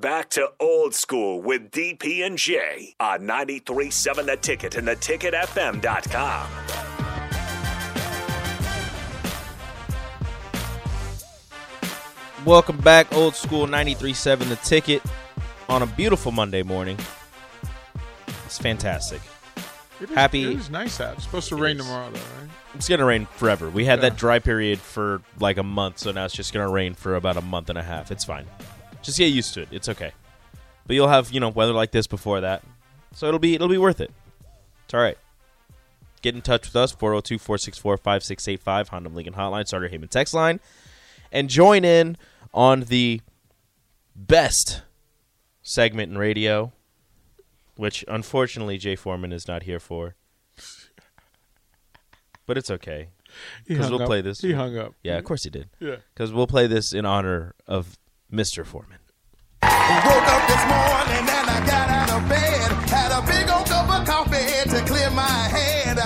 back to old school with DP and J on 93.7 The Ticket and theticketfm.com. Welcome back, old school 93.7 The Ticket on a beautiful Monday morning. It's fantastic. It is, Happy- It is nice out. It's supposed to It rain is. tomorrow, though, right? It's going to rain forever. We had Yeah. that dry period for like a month, so now it's just going to rain for about a month and a half. It's fine. Just get used to it. It's okay. But you'll have, you know, weather like this before that. So it'll be it'll be worth it. It's all right. Get in touch with us 402-464-5685 Honda of Lincoln Hotline Starter Heyman text line and join in on the best segment in radio which unfortunately Jay Foreman is not here for. But it's okay. He 'Cause hung we'll up. play this. He hung up. Mm-hmm. Yeah, of course he did. Yeah. Because we'll play this in honor of Mr. Foreman. Woke up this morning and I got out of bed. Had a big old cup of coffee to clear my head.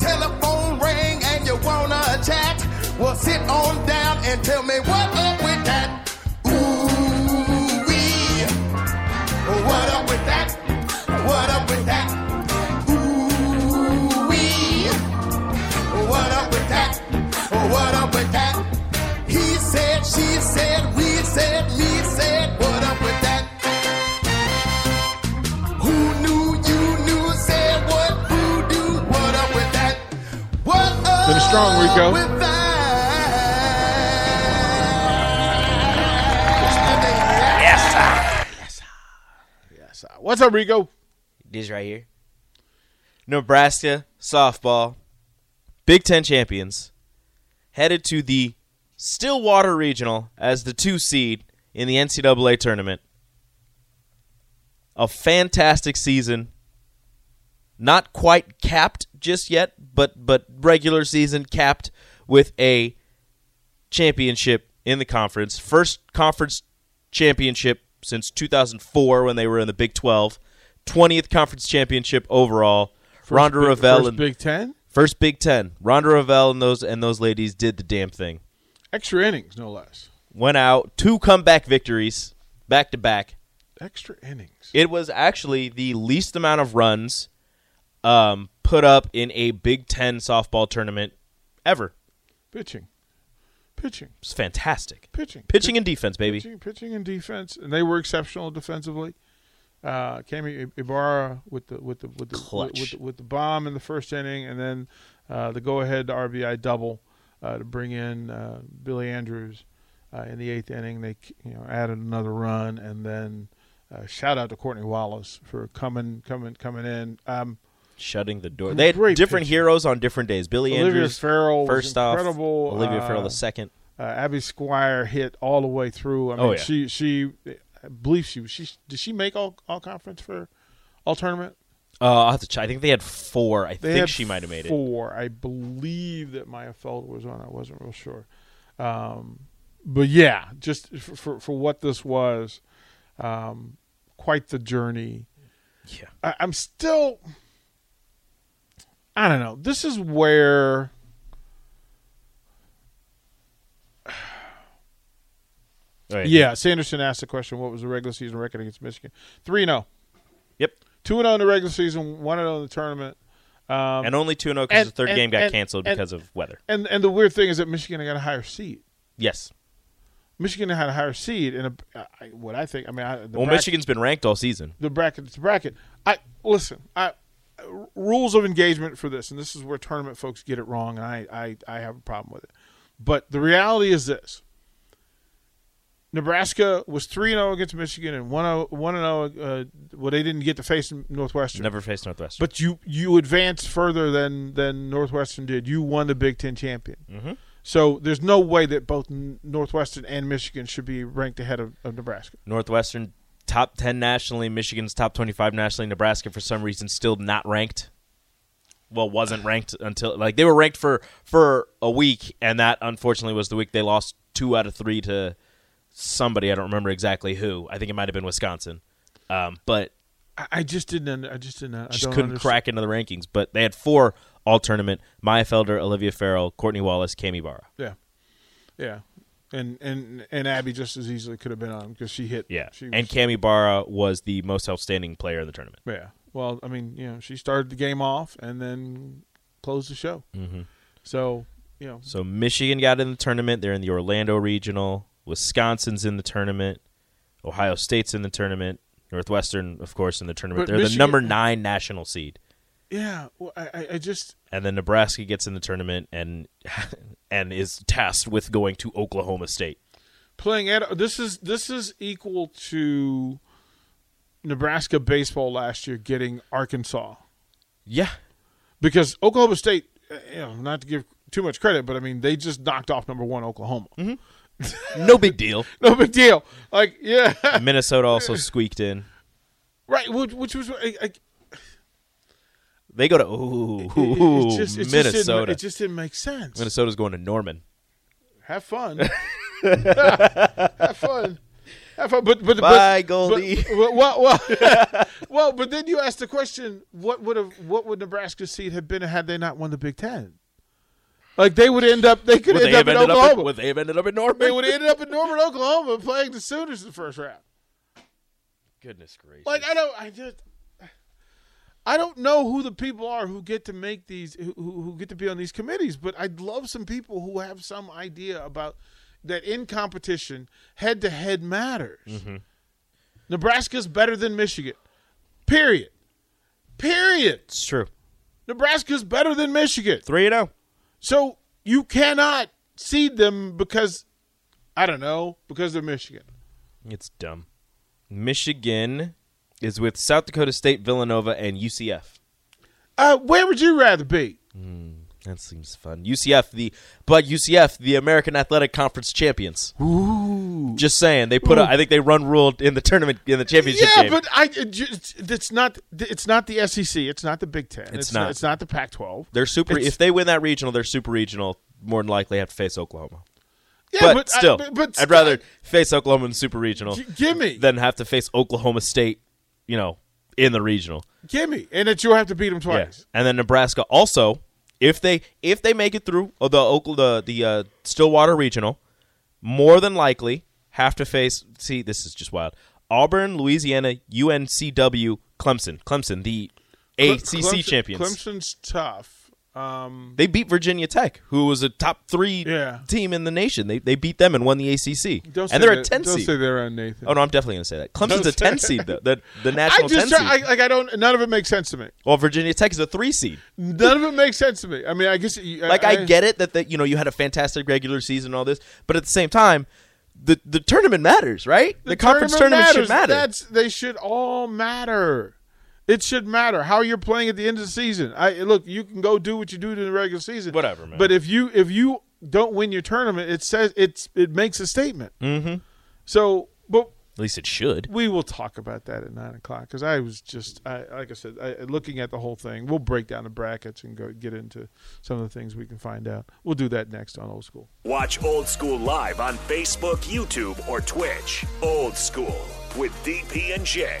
Telephone rang and you wanna chat? Well, sit on down and tell me what up with that. Ooh wee. What up with that? What up with that? Ooh wee. What up with that? What up with that? He said, she said, we said, he said, what up with that? Who knew you knew said what who do? What up with that? What up Finish strong, Rico. with that? Yes. What's up, Rico? These right here. Nebraska softball, Big Ten champions, headed to the Stillwater Regional as the two seed in the NCAA tournament. A fantastic season. Not quite capped just yet, but but regular season capped with a championship in the conference. First conference championship since 2004 when they were in the Big 12. 20th conference championship overall. Ronda Big- Ravel first and Big Ten. First Big Ten. Ronda Ravel and those and those ladies did the damn thing. Extra innings, no less. Went out two comeback victories back to back. Extra innings. It was actually the least amount of runs um, put up in a Big Ten softball tournament ever. Pitching. Pitching. It's fantastic. Pitching. Pitching and defense, baby. Pitching, pitching and defense, and they were exceptional defensively. Uh, Kami I- Ibarra with the with the with the, Clutch. With, the with the bomb in the first inning, and then uh, the go-ahead RBI double uh, to bring in uh, Billy Andrews uh, in the eighth inning. They you know added another run, and then uh, shout out to Courtney Wallace for coming coming coming in. Um, Shutting the door. They had Great different pitching. heroes on different days. Billy Olivia Andrews Farrell was first incredible, off. Olivia uh, Farrell the second. uh, Abby Squire hit all the way through. I mean, Oh, yeah. she she I believe she was- she did she make all all conference for all tournament. Uh, I'll have to ch- I think they had four. I They think had she might have made it. four. I believe that Maya Feld was on. I wasn't real sure, um, but yeah, just for, for for what this was, um, quite the journey. Yeah. I, I'm still. I don't know. This is where. All right. Yeah, Sanderson asked the question: What was the regular season record against Michigan? Three and zero. Yep. Two and zero in the regular season. One and zero in the tournament. and only 2 0 because Um, and- the third and- game got and- canceled and- because of weather. And and the weird thing is that Michigan got a higher seed. Yes. Michigan had a higher seed, and a, I, what I think, I mean, I, the Well, bracket- Michigan's been ranked all season. the bracket, the bracket. I listen. I r- rules of engagement for this, and this is where tournament folks get it wrong, and I, I, I have a problem with it. But the reality is this: Nebraska was three zero against Michigan, and one zero, one zero. Well, they didn't get to face Northwestern. Never faced Northwestern. But you you advanced further than than Northwestern did. You won the Big Ten champion. Mm-hmm. So there's no way that both N- Northwestern and Michigan should be ranked ahead of, of Nebraska. Northwestern top 10 nationally, Michigan's top 25 nationally, Nebraska for some reason still not ranked. Well, wasn't ranked until like they were ranked for for a week and that unfortunately was the week they lost 2 out of 3 to somebody, I don't remember exactly who. I think it might have been Wisconsin. Um, but I, I just didn't. under- I just didn't. I just don't couldn't understand. crack into the rankings, but they had four all tournament, Maya Felder, Olivia Farrell, Courtney Wallace, Cami Barra. Yeah, yeah. and and and Abby just as easily could have been on him because she hit. Yeah. she and was- Cami Barra was the most outstanding player in the tournament. yeah. Well, I mean, you know, she started the game off and then closed the show. Mm-hmm. So you know, So Michigan got in the tournament. They're in the Orlando regional. Wisconsin's in the tournament. Ohio State's in the tournament. Northwestern, of course, in the tournament. But They're the Michigan- number nine national seed. yeah. Well, I I- I just And then Nebraska gets in the tournament and and is tasked with going to Oklahoma State. playing at this is this is equal to Nebraska baseball last year getting Arkansas. Yeah. because Oklahoma State, uh, you know, not to give too much credit, but I mean, they just knocked off number one Oklahoma. Mm-hmm. No big deal. No big deal. Like, yeah, Minnesota also squeaked in. right. Which, which was I, I, They go to ooh, it- it's just, it Minnesota. Just didn't, it just didn't make sense. Minnesota's going to Norman. Have fun. Have fun. Have fun. But but Bye, but, Goldie. But, well, well, well, well, but then you ask the question: What would have what would Nebraska's seed have been had they not won the Big Ten? Like they would end up, they could Would end they, up have in ended Oklahoma. up in, would they have ended up in Norman? they would have ended up in Norman, Oklahoma, playing the Sooners in the first round. Goodness gracious. Like I don't, I just, I don't know who the people are who get to make these, who, who who get to be on these committees. But I'd love some people who have some idea about that in competition, head to head matters. Nebraska's better than Michigan. Period. Period. It's true. oh. Nebraska's better than Michigan. 3 0. So you cannot seed them because I don't know, because they're Michigan. It's dumb. Michigan is with South Dakota State, Villanova, and UCF. Uh, where would you rather be? That seems fun. UCF, the but UCF, the American Athletic Conference champions. Ooh. Just saying, they put. A, I think they run ruled in the tournament in the championship Yeah, game. but I it ju- it's not it's not the SEC, it's not the Big Ten, it's, not. it's not the Pac-12. they're super. It's- If they win that regional, they're super regional. More than likely, have to face Oklahoma. yeah, but, I- still, but, but I'd rather face Oklahoma in super regional G- gimme. than have to face Oklahoma State. You know, in the regional. gimme, and that you'll have to beat them Yeah. twice. And then Nebraska also, if they if they make it through the Oklahoma, the, the uh, Stillwater regional, more than likely have to face. See, this is just wild. Auburn, Louisiana, UNCW, Clemson, Clemson, the ACC Clemson- champions. Clemson's tough. Um, They beat Virginia Tech, who was a top three Yeah. team in the nation. They, they beat them and won the ACC, don't say and they're that- a ten Don't seed. say they're on Nathan. Oh no, I'm definitely gonna say that. Clemson's a say- ten seed though. The the I national ten just try, I, seed. like I don't. None of it makes sense to me. well, Virginia Tech is a three seed. None of it makes sense to me. I mean, I guess you- Like I, get it that that you know you had a fantastic regular season and all this, but at the same time, the the tournament matters, right? The, conference tournament, should matter. That's they should all matter. It should matter how you're playing at the end of the season. I look, you can go do what you do in the regular season, Whatever, man. But if you if you don't win your tournament, it says it's it makes a statement. Mm-hmm. So, but at least it should. we will talk about that at nine o'clock because I was just I, like I said, I, looking at the whole thing. We'll break down the brackets and go get into some of the things we can find out. We'll do that next on Old School. Watch Old School live on Facebook, YouTube, or Twitch. Old School with DP and J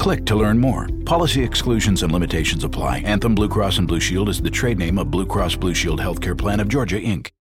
Click to learn more. Policy exclusions and limitations apply. Anthem Blue Cross and Blue Shield is the trade name of Blue Cross Blue Shield Healthcare Plan of Georgia, Inc.